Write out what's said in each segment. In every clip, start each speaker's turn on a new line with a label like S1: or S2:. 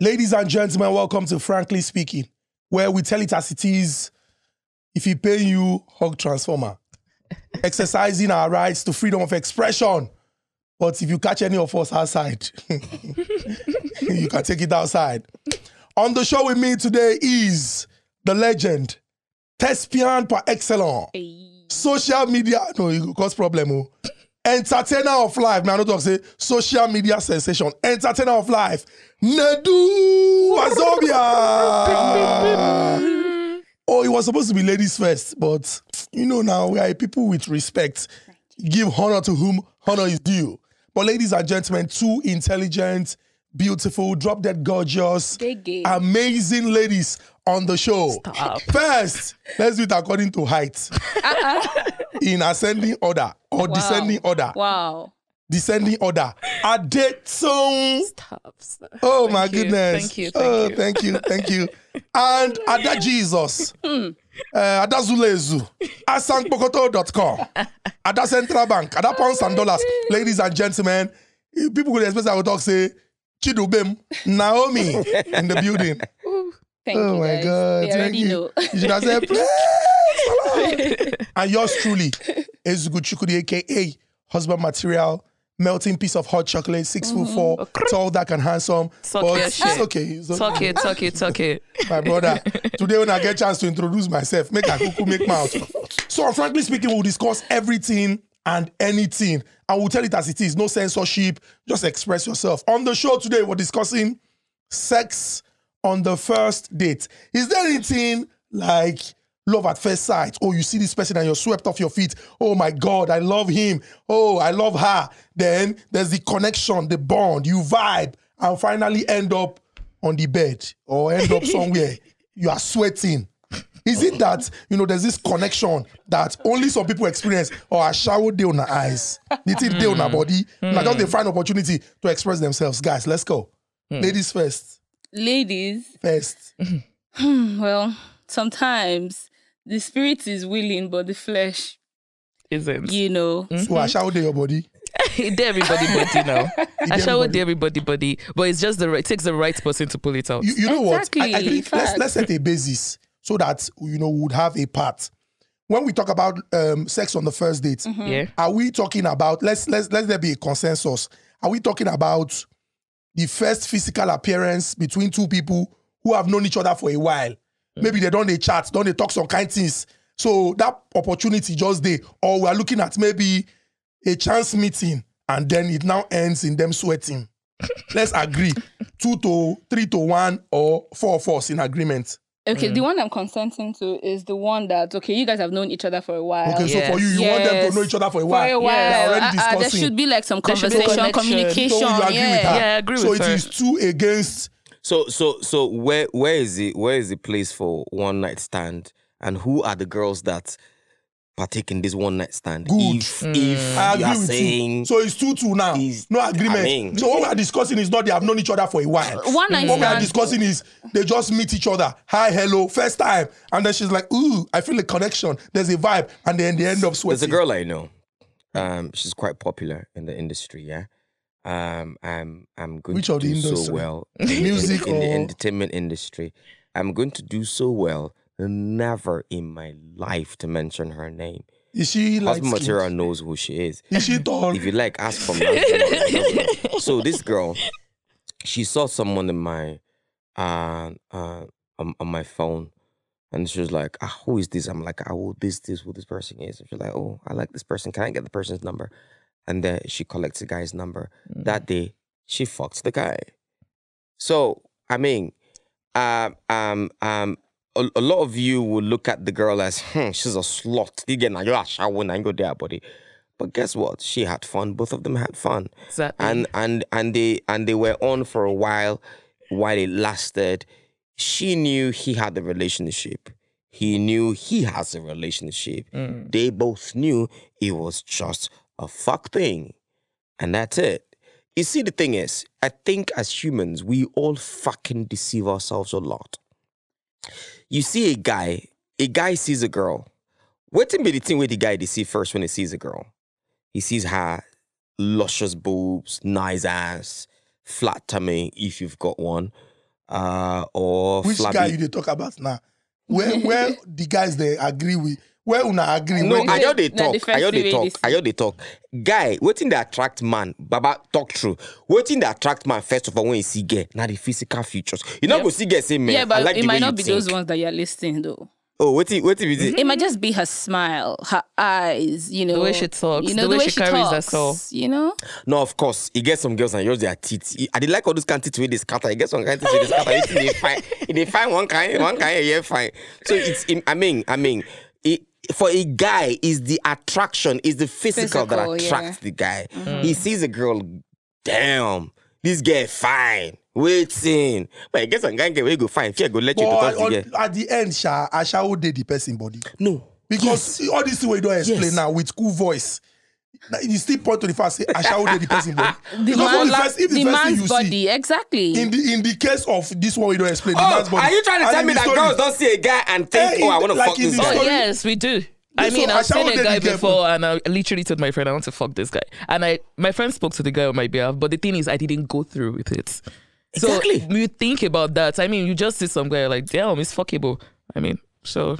S1: Ladies and gentlemen, welcome to Frankly Speaking, where we tell it as it is. If you pay you, hug Transformer. Exercising our rights to freedom of expression. But if you catch any of us outside, you can take it outside. On the show with me today is the legend, thespian par excellence, social media, no, it will cause problem. oh. Entertainer of life, man, I don't talk say social media sensation, entertainer of life, Nedu Wazobia. oh, it was supposed to be ladies first, but you know now we are a people with respect. Give honor to whom honor is due. But ladies and gentlemen, two intelligent, beautiful, drop dead gorgeous,
S2: Gege.
S1: amazing ladies on the show.
S2: Stop.
S1: First, let's do it according to height. In ascending order or descending order.
S2: Wow.
S1: Descending order. Adetong.
S2: Stop. stop.
S1: Oh my
S3: you,
S1: goodness.
S3: thank you,
S1: oh,
S3: thank you.
S1: thank you. Thank you. And Ada Jesus.
S3: Hmm.
S1: Uh, Ada Zulezu. Asankpokoto.com. Ada Central Bank. Ada Pounds and Dollars. Ladies and gentlemen, if people could expect I would talk say Chidubem, Naomi in the building.
S2: Thank
S1: oh
S2: you.
S1: my
S2: guys.
S1: God.
S2: They
S1: thank
S2: already
S1: you.
S2: know.
S1: You should have said, praise the Lord. and yours truly, Ezugu Chukudi, aka husband material, melting piece of hot chocolate, six foot four, tall, dark, and handsome.
S3: Mm-hmm. Suck
S1: but
S3: your
S1: it's
S3: shit.
S1: okay. It's okay.
S3: Talk it, talk it, talk it.
S1: My brother, today when I get chance to introduce myself, make a cuckoo, make mouth. So, frankly speaking, we'll discuss everything and anything, and we'll tell it as it is. No censorship, just express yourself. On the show today, we're discussing sex on the first date. Is there anything like love at first sight? Oh, you see this person and you're swept off your feet. Oh my God, I love him. Oh, I love her. Then there's the connection, the bond, you vibe, and finally end up on the bed or end up somewhere. you are sweating. Is it that you know there's this connection that only some people experience or a shower day on our eyes, the thing day on our body, now just they find opportunity to express themselves. Guys, let's go. Ladies first.
S2: Ladies,
S1: First.
S2: well, sometimes the spirit is willing, but the flesh,
S3: Isn't
S2: you know.
S1: So I shower day your body.
S3: it? everybody body now. I shall
S1: everybody.
S3: with everybody body, but it's just the right. It takes the right person to pull it out.
S1: You, you know what? I, I
S2: Exactly,
S1: think let's,
S2: fact.
S1: let's set a basis so that you know we would have a part. When we talk about um, sex on the first date,
S3: yeah.
S1: are we talking about let's let's let there be a consensus are we talking about the first physical appearance between two people who have known each other for a while maybe they don't they chat don't they talk some kind things so that opportunity just there or we are looking at maybe a chance meeting and then it now ends in them sweating let's agree two to three to one or four of us in agreement
S2: Okay, the one I'm consenting to is the one that, okay, you guys have known each other for a while.
S1: okay so for you you want them to know each other for a
S2: For
S1: while
S2: a while.
S1: They are already
S2: Uh, uh, there
S1: discussing.
S2: should be like some
S3: There should be
S2: conversation,
S3: connection.
S2: communication.
S1: So you agree
S2: yeah.
S1: with her.
S3: Yeah, I agree
S1: so
S3: with
S1: it
S3: her.
S1: is two against.
S4: So so so where where is the where is the place for one night stand and who are the girls that partake in this one night stand?
S1: Good.
S4: If
S2: Mm.
S4: if
S1: I
S4: you
S1: agree
S4: are
S1: with
S4: saying
S1: you. So it's two two now.
S4: Is-
S1: No agreement.
S4: I mean-
S1: so what we are discussing is not they have known each other for a while.
S2: Uh, One night
S1: What we are
S2: stand.
S1: discussing is they just meet each other. Hi, hello, first time, and then she's like, "Ooh, I feel a connection. There's a vibe," and then they end up sweating.
S4: there's a girl I know,
S1: Hmm.
S4: um, she's quite popular in the industry, yeah. Um, I'm I'm going
S1: Which
S4: to
S1: of the
S4: do so
S1: industry?
S4: well in-
S1: Music
S4: in, the
S1: or-
S4: entertainment industry. I'm going to do so well. Never in my life to mention her name.
S1: Is she like?
S4: Husband material knows who she is.
S1: Is she tall?
S4: if you like, ask from that. so this girl, she saw someone in my uh, uh on, on my phone, and she was like, ah, "Who is this?" I'm like, "I will this this who this person is." And she's like, "Oh, I like this person. Can I get the person's number?" And then she collects the guy's number. That day, she fucks the guy. So I mean, um, um, um. A, a lot of you will look at the girl as, hmm, she's a slut. You get now, you're a shower, now you go there, buddy. But guess what? She had fun. Both of them had fun.
S3: Exactly.
S4: And and and they and they were on for a while while it lasted. She knew he had a relationship. He knew he has a relationship. They both knew it was just a fuck thing. And that's it. You see, the thing is, I think as humans, we all fucking deceive ourselves a lot. You see a guy, a guy sees a girl. What be the thing with the guy they see first when he sees a girl? He sees her luscious boobs, nice ass, flat tummy if you've got one, uh, or
S1: Which
S4: flabby.
S1: guy you dey talk about now? Where where the guys they agree with? Where una agree?
S4: no,
S1: Where-
S4: I just they
S2: Na the
S4: talk. I
S2: first
S4: just they
S2: way
S4: talk.
S2: they
S4: I just they talk. Guy, waiting they attract man. Baba, talk true. Waiting they attract man first of all when you see gay. Now the physical features. You not
S2: Yep.
S4: go see gay say man.
S2: yeah, but
S4: I like
S2: it
S4: the way
S2: might
S4: you
S2: not be
S4: think.
S2: those Mm-hmm. ones that you're listening though.
S4: Oh, waiting, waiting, waiting.
S2: It might just be her smile, her eyes, you know,
S3: way she talks, the way she carries herself.
S2: You know,
S4: No, of course. You get some girls and yours their teeth. He- I did like all those kind of teeth with this scatter. You get some kind of teeth with this scatter. You think they fine. If They fine one kind, one kind, yeah, fine. So it's. I mean, I mean, it, for a guy, is the attraction, is the physical,
S2: Physical,
S4: that
S2: yeah. Mm-hmm.
S4: attracts the guy. He sees a girl, damn, this guy fine. Waiting, but I guess some guy get where you go fine. Fear go let you to
S1: But
S4: talk to
S1: on,
S4: the girl.
S1: at the end, Sha, Ashawo did the person body.
S4: No,
S1: Because all this thing we don't explain
S4: Yes.
S1: now with cool voice. na- You still point to the fact say Ashawo did the person body.
S2: the,
S1: because
S2: man,
S1: on
S2: la-
S1: first- if
S2: the
S1: first thing
S2: man's
S1: you
S2: body,
S1: See,
S2: exactly.
S1: in the in the case of this one we don't explain, the man's
S4: oh,
S1: body.
S4: are you trying to
S1: and
S4: tell
S1: in
S4: me
S1: the
S4: that
S1: story-
S4: girls don't see a guy and
S1: Eh,
S4: think,
S1: in
S4: oh, I
S1: the-
S4: want to
S1: like
S4: fuck
S1: in
S4: this
S1: the
S4: guy?
S1: story-
S3: Yes, we do.
S1: Yeah,
S3: I
S1: so
S3: mean, I've
S1: Asha,
S3: seen
S1: what
S3: a
S1: did
S3: guy
S1: you get
S3: before, and I literally told my friend I want to fuck this guy, and I my friend spoke to the guy on my behalf, but the thing is, I didn't go through with it. So
S4: Exactly.
S3: you think about that. I mean, you just see some guy you're like, damn, it's fuckable. I mean, so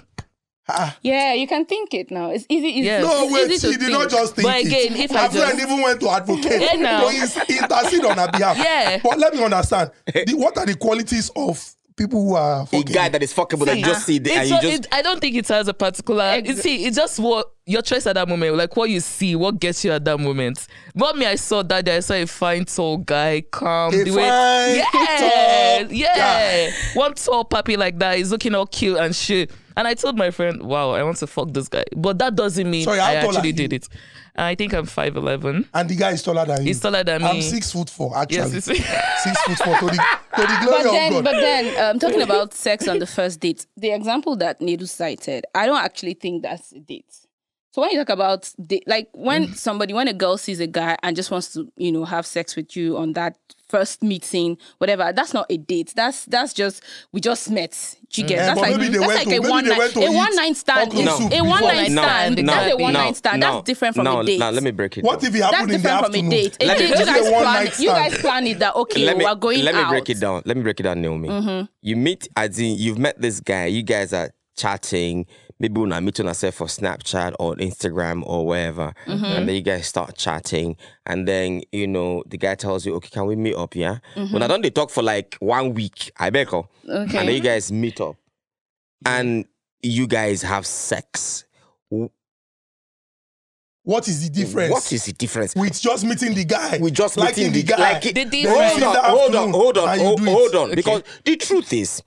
S2: yeah, you can think it now. It's easy. It's,
S3: Yes.
S2: it's
S1: Ah, No, wait,
S2: easy
S1: she
S2: to
S1: did
S2: think.
S1: not just think
S3: But again,
S1: it.
S3: if
S1: her
S3: I
S1: friend
S3: just-
S1: even went to advocate
S3: Yeah, now.
S1: to ins- intercede on her behalf.
S3: Yeah.
S1: But let me understand. The, what are the qualities of people who are
S4: A
S1: fucking?
S4: guy that is fuckable that you just see there and
S3: It's
S4: you
S3: not-
S4: just
S3: it- I don't think it has a particular.
S2: Ex-
S3: It, see, it's just what your choice at that moment, like what you see, what gets you at that moment. But me, I saw that. day, I saw a fine, tall guy, calm.
S1: A fine,
S3: yeah,
S1: tall
S3: yeah. One tall puppy like that is looking all cute and shit. And I told my friend, "Wow, I want to fuck this guy," but that doesn't mean
S1: Sorry, how
S3: I
S1: tall are
S3: actually
S1: you?
S3: did it. I think I'm five eleven.
S1: and the guy is taller than you.
S3: He's taller than
S1: I'm
S3: me.
S1: six foot four, actually.
S3: Yes, it's-
S1: six foot four to the, to the glory
S2: But then,
S1: of God.
S2: but then, um, talking about sex on the first date, the example that Nedu cited, I don't actually think that's a date. So when you talk about date, like
S4: Mm.
S2: when somebody, when a girl sees a guy and just wants to, you know, have sex with you on that first meeting, whatever, that's not a date. That's that's just we just met. You get
S4: Mm.
S1: Eh,
S2: that's
S1: but
S2: like
S1: maybe they
S2: that's
S1: went to-
S2: like a
S1: maybe
S2: one
S1: they went
S2: night
S1: to
S2: a
S1: eat
S2: one night stand.
S1: okra
S2: is-
S1: soup
S2: A
S1: before
S2: one night
S1: they-
S3: No,
S2: stand.
S3: no,
S2: That's a
S3: no,
S2: one night stand. That's different from
S4: no,
S2: a date.
S4: No, let me break it.
S1: what
S4: down.
S1: if it happened
S2: That's
S1: in the
S2: different from
S1: afternoon?
S2: a date. A
S4: Let me-
S2: date,
S4: this
S2: you
S1: is a
S2: guys
S1: one
S2: plan.
S1: night
S2: You
S1: stand.
S2: guys plan it that okay,
S4: let me,
S2: we're going
S4: let me
S2: out. Mm-hmm.
S4: break it down. Let me break it down, Naomi. You meet as in you've met this guy. You guys are chatting. Maybe when I meet on ourselves for Snapchat or Instagram or wherever,
S2: Mm-hmm.
S4: and then you guys start chatting, and then you know the guy tells you, "Okay, can we meet up?" Yeah. When I done they talk for like one week, I beg her.
S2: Mm-hmm. Okay.
S4: and then you guys meet up, and you guys have sex.
S1: What is the difference?
S4: Mm, What is the difference?
S1: with just meeting the guy?
S4: we just
S1: liking
S4: meeting the guy. Like,
S3: The
S4: it-
S3: difference-
S4: hold on,
S1: Meeting
S4: hold
S1: the
S4: on, hold on,
S1: afternoon, and you
S4: hold,
S1: do it.
S4: hold on.
S3: Okay.
S4: Because the truth is,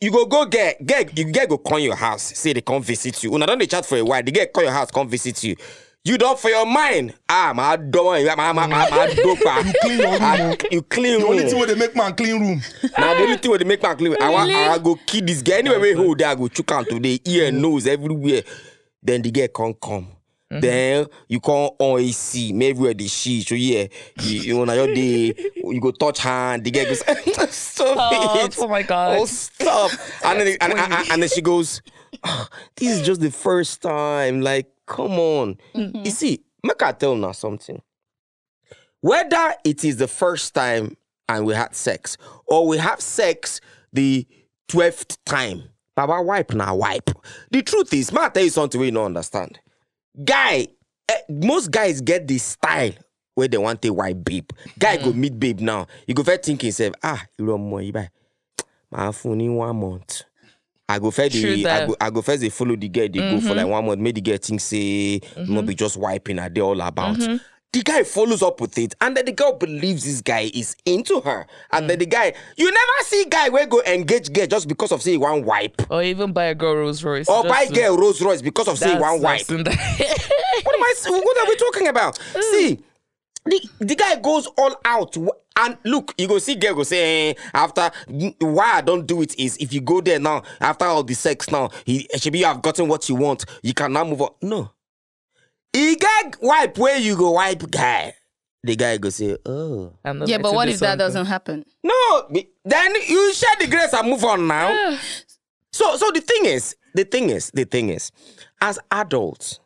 S4: you go go get get you get go call your house. Say they come visit you. Una don't dey chat for a while. They get call your house, come visit you. You don't for your mind. Ah, my door, my my my my dopa. You
S1: clean your room, oh.
S4: You clean
S1: the only
S4: room.
S1: thing where they make man clean room.
S4: Now
S3: Ah.
S4: the only thing where they make my clean. I want I go kill this guy. Anyway, we hold there, I go chook am today. Ear,
S3: Mm.
S4: nose, everywhere. Then the guy can't come.
S3: Mm-hmm.
S4: Then you can't always see. Maybe where the shit. So yeah, you, you know your day. You go touch hand. The guy goes. stop
S3: Oh,
S4: it.
S3: oh my God.
S4: Oh stop. and then and, and, and, and then she goes. "Ah, this is just the first time. Like come on.
S3: Mm-hmm.
S4: You see, make I tell now something whether it is the first time and we had sex or we have sex the 12th time baba wipe now wipe the truth is ma tell you something wey you no understand guy eh, most guys get the style wey dem wan take wipe babe guy go
S3: Hmm.
S4: meet babe now you go first think himself ah irú ọmọ yìí báyìí màá fún un ní one month i go first
S3: True
S4: dey i
S3: that. Mm-hmm.
S4: go i go first dey follow the girl dey go for like one month make the girl think say no be just wiping i dey all about
S3: Mm-hmm.
S4: the guy follows up with it and then the girl believes this guy is into her and
S3: Mm.
S4: then the guy you never see guy wey go engage girl just because of say he wan wipe
S3: or even buy a girl Rolls Royce.
S4: or
S3: just
S4: Oh, buy
S3: to-
S4: girl Rolls Royce because of say he
S3: that's-
S4: wan wipe
S3: that's in the-
S4: what am I? What are we talking about? See, the, the guy goes all out, w- and look, you go see girl go say eh, after mm, why I don't do it is if you go there now after all the sex now he should be you have gotten what you want you can now move on. No, he get wipe where you go wipe guy. The guy go say oh
S3: I'm not
S2: Yeah,
S3: ready
S2: but
S3: to
S2: what
S3: do
S2: if that
S3: something.
S2: doesn't happen?
S4: no, be- then you share the grace and move on now.
S3: Ah.
S4: So so the thing is, the thing is, the thing is, as adults,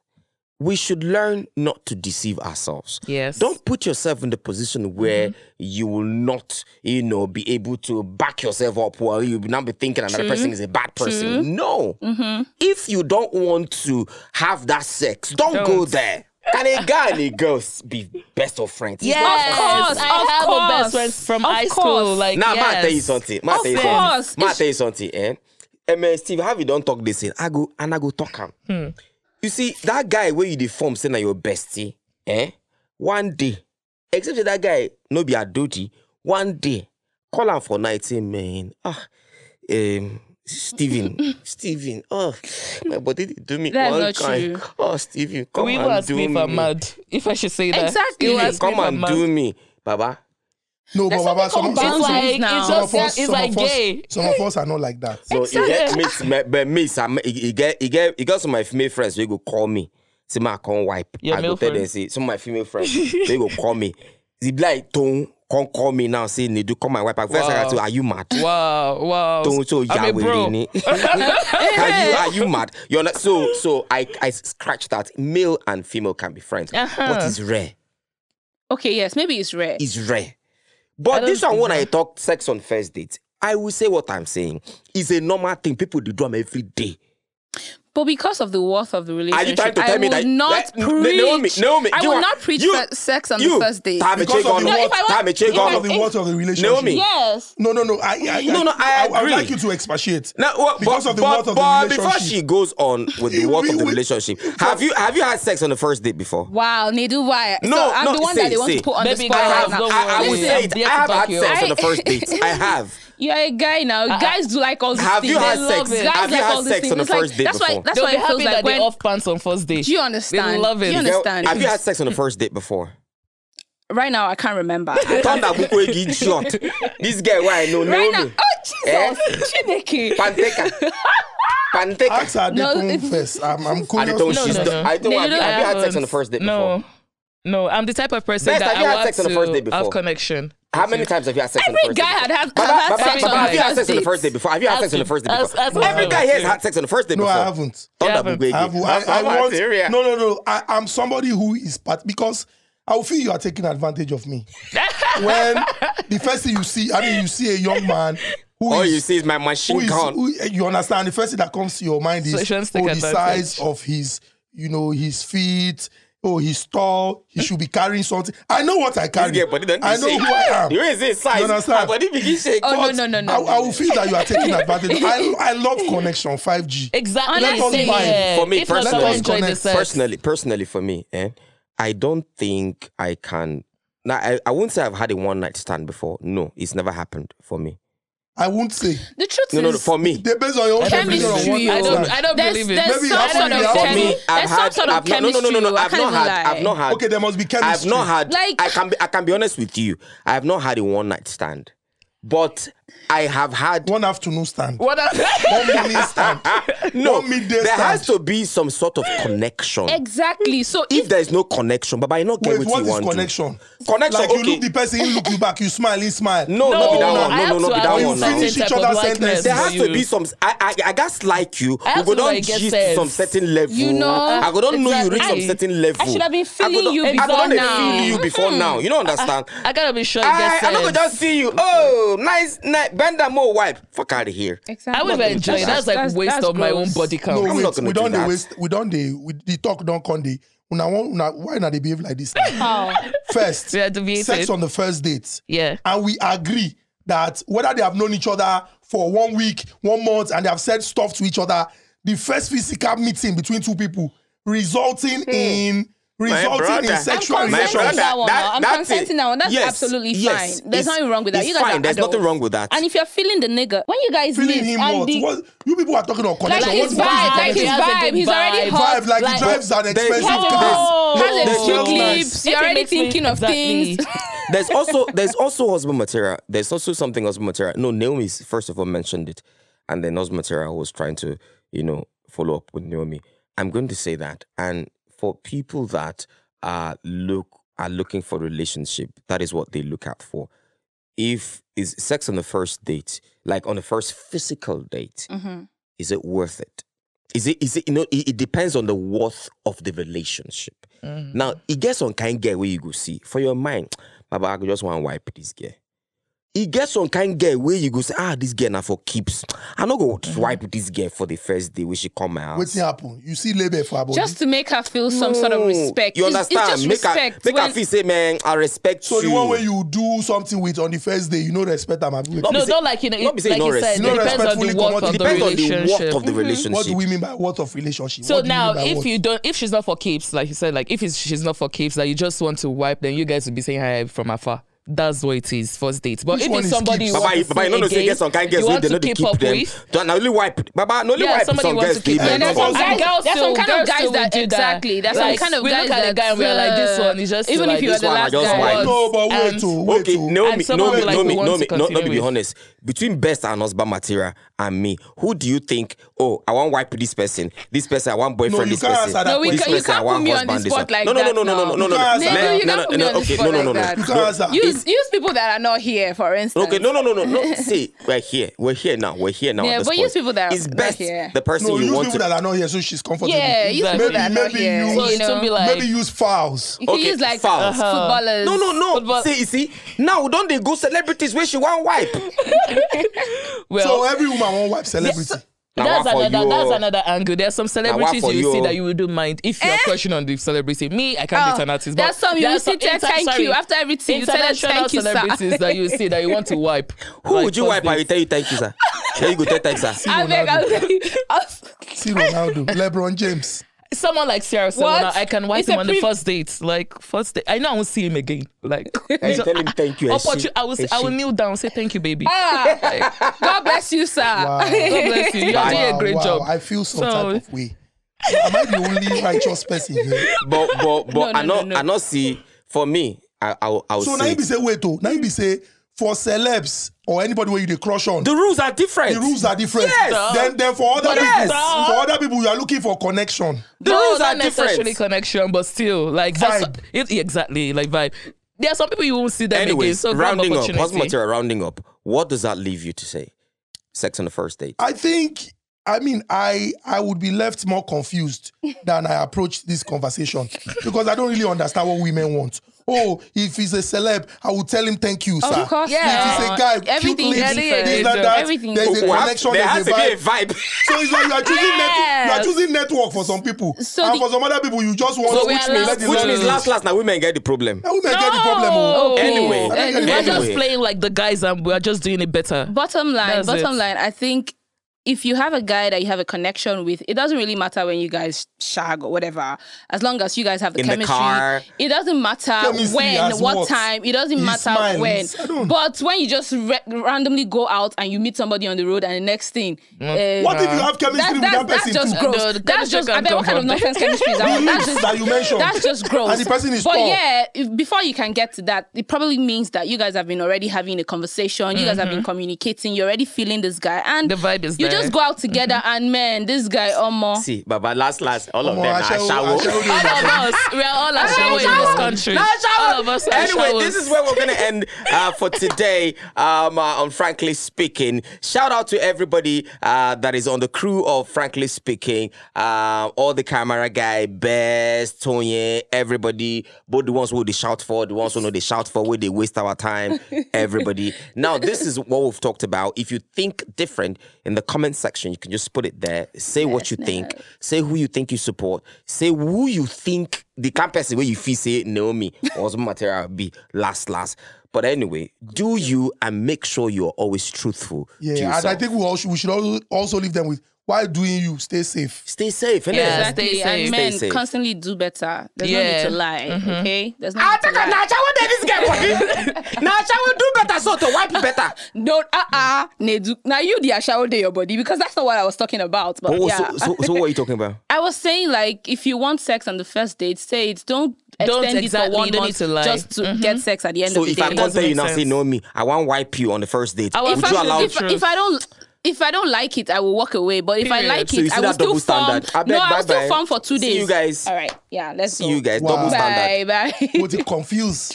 S4: we should learn not to deceive ourselves.
S3: Yes. Mm-hmm.
S4: Don't put yourself in the position where you will not, you know, be able to back yourself up while you will not be thinking another person is a bad person. No.
S3: Mm-hmm.
S4: If you don't want to have that sex, don't, go there. Can a guy and a girl s- be best of friends? It's not
S3: Yes,
S2: Of course,
S3: I
S2: of
S3: have a
S2: course,
S3: best friends from
S2: of
S3: high school.
S2: course.
S3: Like,
S4: Now,
S3: yes.
S4: man, tell you something. Man,
S2: Of
S4: tell you
S2: course,
S4: something. Man,
S2: it's-
S4: tell you something. Eh? Eh, man, Steve, how you don't talk this thing? I go and I go talk him.
S2: Hmm.
S4: You see, that guy where you deform saying that your bestie, eh? One day, except that that guy no be a duty. One day, call him for night, say, man. Ah, um, Steven, Steven, oh, my body dey do me
S2: That's
S4: one
S2: not
S4: kind.
S2: true.
S4: Oh, Steven, come
S3: We even
S4: and
S3: ask
S4: do
S3: me if I'm
S4: me.
S3: mad. If I should say that.
S2: Exactly.
S3: You ask me
S4: Come
S3: if I'm
S4: and
S3: mad.
S4: do me, Baba.
S1: No, but
S2: There's
S1: Baba, some,
S2: something
S1: some,
S2: called
S1: some,
S2: boundaries
S3: It's like, it's
S2: now.
S3: just,
S1: of us,
S3: it's
S1: some,
S3: like
S1: of us
S3: gay.
S1: some of us are not like that.
S4: So
S2: Exactly.
S4: it get mates, my, but mates, I, it get it get it got some of my female friends they go call me. Say man, I can't wipe.
S3: Your
S4: I
S3: male
S4: go tell them
S3: friends.
S4: say some of my female friends they go call me. They be like, don't come call me now. Say they do come and wipe. At First I
S3: Wow.
S4: got to, are you mad?
S3: Wow, wow.
S4: Don't show
S3: I'm a
S4: Yahweh.
S3: bro.
S4: really. are you are you mad? You're not. So so I I scratch that. Male and female can be friends,
S3: Uh-huh.
S4: but it's rare.
S2: Okay, yes, maybe it's rare.
S4: It's rare. But this
S3: don't think
S4: one, when I talk sex on first date, I will say what I'm saying. It's a normal thing. People do them every day.
S2: But because of the worth of the
S4: Are
S2: relationship,
S4: you trying to
S2: I
S4: tell me
S2: will
S4: that?
S2: not
S4: that-
S2: preach.
S4: Naomi, Naomi,
S2: I
S4: you
S2: will
S4: are-
S2: not preach
S4: you-
S2: se- sex on
S4: you,
S2: the first date.
S4: Time
S1: Because
S4: check
S1: of
S4: on
S1: the
S2: No, if I want-
S4: Time
S2: if
S4: check
S2: I-
S1: Because of
S4: on
S1: the worth of the relationship.
S4: Naomi.
S2: yes.
S1: No, no, no. I, I,
S4: No, no, I
S1: I would
S4: agree.
S1: like you to expatiate.
S4: Now, well,
S1: because
S4: but,
S1: of the
S4: but,
S1: worth of
S4: but
S1: the
S4: before
S1: relationship.
S4: she goes on with the worth of the
S1: We- we-
S4: relationship, have you have you had sex on the first date before?
S2: Wow, Nedu, why?
S4: No,
S2: so I'm
S4: no,
S2: the one
S4: say,
S2: that they want
S4: say.
S2: to put on
S3: Baby
S2: the spot
S3: girl,
S2: right
S4: I,
S3: have,
S2: now.
S3: don't
S4: I, I would
S3: worry.
S4: say it.
S3: I'm here
S4: I
S3: to
S4: have
S3: back
S4: had
S3: you
S4: sex
S3: up.
S4: on the first date. I have.
S2: You're a guy now. Guys do like all these
S4: Have
S2: things.
S4: you had
S2: They love
S4: sex-
S2: it.
S4: have
S2: Guys
S4: you
S2: like
S4: had
S2: all these
S4: sex
S2: things.
S4: on the
S2: It's like-
S4: first date
S2: that's why.
S4: before?
S2: That's
S3: They'll
S2: why
S3: be
S2: it
S3: happy
S2: feels
S3: that
S2: like
S3: they
S2: when.
S3: off pants on first day.
S2: Do you understand?
S3: love it.
S2: Do you
S3: Girl,
S4: Girl,
S2: understand?
S4: Have you had sex on the first date before?
S2: Right now, I can't remember.
S4: Thunder Bukwegi idiot. This guy where I know
S2: right now,
S4: Naomi.
S2: oh Jesus, Chineke.
S4: Panteka. Panteka.
S1: Ask her
S2: No,
S1: no,
S2: it's-
S1: first. I'm, I'm
S4: I
S1: curious.
S4: don't.
S1: to
S3: No,
S4: she's
S1: know.
S3: no,
S4: done-
S3: no.
S4: I don't.
S2: They
S4: Have you
S2: don't
S4: have you had sex on the
S3: haven't.
S4: first date before?
S3: No. No, I'm the type of person
S4: Best,
S3: that
S4: have you
S3: I
S4: had
S3: want
S4: sex on the
S3: to
S4: first date before?
S3: have connection.
S4: How many times have you had sex on the
S2: Every
S4: first date?
S2: guy had have,
S4: Baba,
S2: have had
S4: Baba,
S2: sex
S4: Baba,
S2: on
S4: have you
S2: the
S4: had
S2: first
S4: sex on the
S2: date.
S4: first date before? Have you had sex on the first date
S3: Ask-
S4: before?
S3: ask- ask
S4: Every
S3: me.
S4: guy here has had sex on the first date
S1: No,
S4: before.
S1: I haven't.
S3: You
S4: Thunder
S3: haven't.
S1: I, have, I,
S4: Bukwegi.
S1: I
S4: I'm
S1: want,
S4: serious.
S1: no, no, no. I, I'm somebody who is part because I will feel you are taking advantage of me. when the first thing you see, I mean, you see a young man who
S4: All
S1: is-
S4: you see is my
S1: who
S4: machine
S1: is,
S4: gun.
S1: who, eh, you understand the first thing that comes to your mind
S3: So
S1: is
S3: it shouldn't take
S1: oh, the
S3: advantage.
S1: size of his you know his feet oh he's tall he should be carrying something i know what i carry
S4: Yeah, but then
S1: i know who i am
S4: You ain't say size.
S1: You understand?
S4: My body begin shake.
S2: Oh,
S1: But
S2: no, no, no,
S1: I,
S2: no,
S1: I will feel that you are taking advantage i, I love connection 5g
S3: Exactly.
S2: Let us
S1: vibe.
S3: Yeah.
S4: For me,
S3: If not,
S4: first
S3: I
S4: of all,
S3: will enjoy the
S1: connect.
S3: sex.
S4: personally, personally for me, eh, I don't think I can. Now, I, I won't say I've had a one night stand before. No, it's never happened for me.
S1: i won't say
S2: The truth
S4: No,
S2: is,
S4: no, no for me.
S1: they based on your own
S2: Chemistry,
S1: definition of what
S2: yo.
S3: I don't, I don't
S2: there's,
S3: believe it.
S2: there's
S1: Maybe
S2: some
S1: I
S2: sort
S1: don't
S2: of
S1: know.
S4: For me,
S2: chemistry.
S4: I've
S2: There's some
S4: had,
S2: sort of
S4: I've not, no, no,
S2: chemistry.
S4: no, no, no.
S2: I
S4: I've
S2: can't
S4: not
S2: even
S4: had,
S2: lie.
S4: I've not had.
S1: okay there must be
S4: I've
S1: chemistry
S4: not had.
S2: Like-
S4: I can be. I can be honest with you. I have not had a one night stand, but I have had.
S1: one afternoon stand
S3: What a-
S1: one morning stand
S4: No,
S1: one midday
S4: there
S1: stand
S4: has to be some sort of connection.
S2: Exactly. So
S4: If
S2: if
S4: there is no connection, but I not
S1: Wait,
S4: get what
S1: what
S4: you
S1: is
S4: want. to.
S1: connection?
S4: Connection,
S1: Like you
S4: okay.
S1: look the person, he look you back, you smile, he smile.
S4: No, no, be that
S3: No, I
S4: one. No, no,
S3: have
S4: no,
S3: to
S4: be that
S3: have
S4: one.
S1: You
S4: Now.
S3: certain
S1: finish each
S3: type of
S1: other's
S3: likeness
S1: sentence.
S3: for
S4: There has
S3: you.
S4: to be some. I I, I guess like you.
S3: I
S4: We
S3: have
S4: go
S3: to,
S4: don't
S3: like, get
S4: gist
S3: sense.
S4: some certain level.
S2: You know,
S4: I go don't know you reach some
S3: exactly.
S4: certain level.
S2: I should have been feeling
S4: go don't-
S2: you
S4: I go
S2: before
S4: don't dey
S2: now.
S4: feel you before now. You don't understand.
S3: Hmm. I gotta be sure. I
S4: I,
S3: get
S4: I not
S3: sense.
S4: go just see you. Oh, nice, nice. Bend that more wipe. Fuck out of here.
S2: exactly.
S3: I would
S4: That's-
S3: enjoy. it. That's like
S2: that's-
S3: waste
S2: that's
S3: of my
S2: gross.
S3: own body
S1: No,
S3: count.
S4: I'm
S1: wait,
S4: not gonna
S1: we
S4: do
S1: don't dey
S4: that.
S1: waste. We don't dey. we- The talk don't come dey. Una wan- una- why not they behave like this? now?
S2: How?
S1: First,
S3: We are deviated.
S1: sex on the first date,
S3: Yeah.
S1: and we agree that whether they have known each other for one week, one month, and they have said stuff to each other, the first physical meeting between two people resulting in resulting in
S4: brother.
S1: sexual
S2: Hmm. I'm consenting
S1: relationship.
S2: that one now. I'm
S4: that's it.
S2: consenting that one. That's
S4: Yes,
S2: absolutely
S4: yes,
S2: fine. There's
S4: it's-
S2: nothing wrong with that.
S4: It's
S2: You guys are
S4: fine. There's nothing
S2: adults.
S4: wrong with that.
S2: And if you're feeling the nigga, when you guys
S1: Feeling
S2: meet
S1: him
S2: and
S1: what?
S2: the,
S1: what? You people are talking about
S2: like
S1: connection.
S2: his
S1: What's- what is
S2: vibe, like
S1: connection?
S2: his
S3: He has a
S2: vibe,
S3: good
S2: he's already
S3: vibe.
S2: hot.
S1: vibe, like, he drives an expensive
S4: Whoa.
S1: car.
S2: has
S1: No,
S2: a
S1: no,
S2: few
S1: no.
S2: clips. You're already thinking of things.
S4: There's also there's also husband material. There's also something husband material. No, Naomi first of all mentioned it, and then husband material was trying to you know follow up with Naomi. I'm going to say that, and for people that are look are looking for relationship, that is what they look out for. If is sex on the first date, like on the first physical date,
S2: Mhm.
S4: is it worth it? Is it? Is it? You know, it, it depends on the worth of the relationship.
S2: Mm-hmm.
S4: Now, it gets on kind girl where you go see for your mind. Baba, I just want to wipe this girl. It gets on kind girl where you go say, ah, this girl now for keeps. I not go
S2: Mm-hmm.
S4: wipe this girl for the first day when she come out.
S1: What's happen? You see label for about
S2: Just to make her feel some sort
S1: Oh.
S2: of respect.
S4: You
S2: It's- it's
S4: understand?
S2: just
S4: make her,
S2: respect
S4: make
S2: when-
S4: her feel say, man, I respect
S1: So
S4: you.
S1: the one where you do something with on the first day, you know, respect am. abi?
S4: No,
S3: No,
S4: Obviously-
S3: not like you know.
S4: not be
S3: It,
S4: saying
S3: like you
S4: no
S3: said,
S1: respect.
S3: it depends on
S1: Respectfully
S3: the worth
S1: comfortable.
S3: of the
S4: depends on the worth
S3: relationship.
S4: of the
S2: Mm-hmm.
S4: relationship.
S1: What do we mean by worth of relationship?
S3: So
S1: What do you
S3: now,
S1: mean by
S3: if
S1: worth?
S3: you don't, if she's not for keeps, like you said, like if it's, she's not for keeps, like you just want to wipe, then you guys will be saying hi from afar. That's what it is, first date. But
S1: Which
S3: if
S1: one
S3: it's
S1: is
S3: somebody
S1: keeps?
S3: you
S1: Baba,
S3: want
S4: Baba,
S3: to
S4: you- Baba, you know, no,
S3: see
S4: say
S3: again,
S4: get some kind girls
S3: you
S4: where
S3: want
S4: they know
S3: to
S4: they
S3: keep
S4: keep
S3: up
S4: them.
S3: with.
S4: Don't now only wipe. Baba, no, only
S3: Yeah,
S4: wipe
S3: somebody
S4: some
S3: wants
S4: girls.
S3: to keep them.
S4: they men
S2: Yeah, there's
S4: for
S2: some
S4: us.
S2: guys- there's some kind of
S3: girls
S2: guys
S3: still
S2: that-
S3: will do that.
S2: exactly, there's some
S3: Like,
S2: kind of
S3: we
S2: guys
S3: look at the guy and we're like, this
S2: that's,
S3: one is just
S2: even
S3: like
S2: if you are
S3: this
S2: the
S4: one, I
S2: last
S4: just
S2: guy.
S4: wipe.
S3: once,
S1: No, but wait,
S3: and-
S1: oh, wait,
S4: Okay,
S1: oh.
S3: And
S4: Naomi,
S3: some
S4: Naomi,
S3: people, like,
S4: Naomi,
S3: want
S4: Naomi,
S3: to
S4: no, Naomi,
S3: continue
S4: be
S3: with.
S4: honest. Between best and husband material and me, who do you think, oh, I want wipe this person, this person, I want boyfriend,
S1: No, you
S4: this
S1: can't
S4: person.
S1: answer that
S2: No, we
S1: question.
S4: this
S2: can- you
S4: person, I
S2: can't
S4: want
S2: put me on
S4: husband,
S2: the
S4: this
S2: spot
S4: one.
S2: like
S4: no, no,
S2: that
S4: no, no, no, no, no,
S1: now. You
S4: no, no,
S1: can't answer that.
S4: Let-
S2: No, you can't put me on the
S4: okay,
S2: spot
S4: no, no,
S2: like
S4: no,
S2: that.
S1: You
S4: no.
S1: can't answer.
S2: Use use people that are not here, for instance.
S4: Okay, no, no, no, no, no. See, we're here. We're here now. We're here now.
S2: Yeah,
S4: at this
S2: but use
S4: point.
S2: people that are
S4: It's
S2: not
S4: best
S2: here.
S4: the person
S1: No,
S4: you
S1: use
S4: want
S1: people
S4: to.
S1: that are not here, so she's comfortable.
S2: Yeah, use people
S3: Exactly.
S2: that are not
S1: Maybe-
S2: here.
S1: maybe
S3: So
S2: you
S3: it
S2: know,
S3: will be like,
S1: Maybe use files.
S2: you can
S4: Okay,
S2: use like uh,
S4: fouls. Uh-huh.
S2: footballers.
S4: No, no, no.
S3: Football-
S4: See, you see, now don't they go celebrities where she want wipe?
S3: well,
S1: So every woman won't wipe celebrity.
S4: Now,
S3: that's
S4: one for
S3: another
S4: you,
S3: that's
S4: oh.
S3: another angle. There are some celebrities
S4: for
S3: you,
S4: you,
S3: see
S4: oh.
S3: that you wouldn't mind if you're questioning on the celebrity. Me, I can't
S2: Oh,
S3: date an artist.
S2: there's
S3: but
S2: some you
S3: there are
S2: will see text,
S3: inter-
S2: thank you. After everything, you tell them,
S3: international
S2: "Thank you, sir."
S3: celebrities that you see that you want to wipe.
S4: Who
S3: Like,
S4: would you
S3: first
S4: wipe? I
S3: date.
S4: will tell you, thank you, sir. There you go, tell thank you, sir.
S2: I beg, I'll tell you.
S1: See Ronaldo, LeBron James.
S3: Someone like Sierra Selena, I can wipe
S2: It's a
S3: him on the
S2: priv-
S3: first date. Like first date, I know I won't see him again. Like,
S4: Hey, tell him thank you. and she-
S3: opportunity, Oh, I will say,
S4: and
S3: I will
S4: she-
S3: kneel down, say thank you, baby.
S2: Ah, God bless you, sir.
S3: Uh, God bless you. You are doing a great job.
S1: I feel some
S3: So-
S1: type of way. Am I the only righteous person here?
S4: but but but
S2: No, no,
S4: I not
S2: no, no.
S4: I not see for me. I I will- I will
S1: So now
S4: say
S1: you be say wait oh, now you be say for celebs or anybody where you dey crush on.
S4: the rules are different.
S1: the rules are different.
S4: Yes.
S1: Then, then for other
S4: Yes.
S1: people, for other people, you are looking for connection.
S4: the
S3: no,
S4: rules
S3: not
S4: are
S3: necessarily
S4: different.
S3: connection, but still, like that's
S1: Vibe.
S3: it, exactly like vibe. There are some people you won't see them again.
S4: Anyways,
S3: So grab
S4: rounding up, husband
S3: opportunity.
S4: material rounding up. What does that leave you to say? Sex on the first date.
S1: I think. I mean, I I would be left more confused than I approached this conversation because I don't really understand what women want. Oh, if he's a celeb, I will tell him thank you, sir.
S2: Of course,
S1: If he's a guy,
S2: everything
S1: cute lips,
S2: is
S3: yeah,
S1: this,
S2: different.
S1: that, that,
S2: Everything
S1: there's
S2: is
S1: a
S4: Well,
S2: different.
S1: connection,
S4: there has
S1: there's
S4: to
S1: a
S4: be a
S1: vibe.
S4: vibe.
S1: So it's like you are choosing net,
S2: Yes.
S1: you are choosing network for some people,
S2: So
S1: and
S2: the-
S1: for some other people, you just want
S3: So
S1: to
S3: we
S1: which
S3: allow-
S1: means
S3: Let it
S4: Which
S3: go.
S4: means last last now women get the problem.
S1: Now women get the problem. oh.
S3: No.
S4: Anyway.
S1: I think
S3: We're
S1: Anyway.
S3: just playing like the guys and we're just doing it better.
S2: Bottom line,
S3: That's
S2: bottom
S3: it.
S2: line, I think if you have a guy that you have a connection with, it doesn't really matter when you guys shag or whatever. As long as you guys have the
S4: In the
S2: chemistry,
S4: car.
S2: it doesn't matter
S1: Chemistry
S2: when,
S1: as
S2: what
S1: what?
S2: time, it doesn't
S1: He
S2: matter
S1: smiles. I
S2: when.
S1: don't-
S2: But when you just re- randomly go out and you meet somebody on the road and the next thing, uh,
S1: What if you have chemistry
S2: that, that,
S1: with that
S2: that's
S1: person
S2: just
S1: too?
S2: gross.
S3: Mm. No, the
S2: that's
S3: chemistry
S2: just, I
S3: can
S2: mean,
S3: come
S2: what kind of
S3: from
S2: nonsense chemistry is
S1: The
S2: that? That's
S1: lips
S2: just,
S1: that you mentioned.
S2: that's just gross.
S1: And the person is
S2: But
S1: tall.
S2: yeah, Eh, if- before you can get to that, it probably means that you guys have been already having a conversation. You guys have been communicating. You're already feeling this guy, and
S3: Mm-hmm. The vibe
S2: You
S3: is there. Mm-hmm.
S2: just go out together, and man, this guy, Omo.
S4: See, but but last last all of
S1: Omo,
S4: them are
S1: ashawo, ashawo
S4: shower.
S1: dey
S3: All of us, we are all ashawo in this country. All of us are
S4: Anyway, this
S3: ashawos.
S4: is where we're gonna end uh, for today. Um, uh, on frankly speaking, shout out to everybody uh, that is on the crew of frankly speaking. Uh, all the camera guy, best Tony, everybody, both the ones who they shout for, the ones who know they shout for, where they waste our time. Everybody. now, this is what we've talked about. If you think different, in the comment section, you can just put it there. Say what you think. Say who you think you support. Say who you think the kind of person where you feel say Naomi or some material be last last. But anyway, do you and make sure you're always truthful. to
S1: Yeah, and I
S4: yourself.
S1: think we, all should, we should also, also leave them with while doing you, stay safe.
S4: stay safe. innit?
S3: Yeah,
S2: Exactly,
S3: stay safe,
S2: and men
S4: stay safe.
S2: constantly do better. There's no
S3: Yeah. Mm-hmm. Ah,
S2: need to lie, okay? There's no
S4: I
S2: need to
S4: think I-
S2: lie.
S4: Nacha will do this guy for you. Nacha will do better so to wipe better.
S2: No, uh uh Now you the shower day your body because that's not what I was talking about. But
S4: Oh,
S2: yeah.
S4: so, so, so what are you talking about?
S2: I was saying like if you want sex on the first date, say it. Don't
S3: Don't
S2: extend it
S3: exactly,
S2: for one
S3: don't
S2: date
S3: need to lie. Mm-hmm.
S2: just to get sex at the end
S4: So
S2: of the
S4: if
S2: day.
S4: I come
S3: doesn't
S4: tell you
S3: make
S4: now, say
S3: sense.
S4: no me, I want wipe you on the first date.
S3: will
S4: Would
S2: if,
S3: fuck
S4: you
S2: I,
S3: you
S4: allow?
S3: the
S2: if, if
S3: truth.
S2: I don't if I don't like it, I will walk away. But if I
S3: Period.
S2: like
S4: So you
S2: it,
S4: see
S2: I will
S4: that
S2: still
S4: double
S2: form.
S4: standard? I beg,
S2: no, I will still
S4: bye-bye.
S2: form for two
S4: See
S2: days.
S4: you guys.
S2: All right. Yeah. Let's
S4: See
S2: go.
S4: you guys.
S1: Wow.
S4: Double standard.
S2: Bye. Bye.
S1: What it confuse.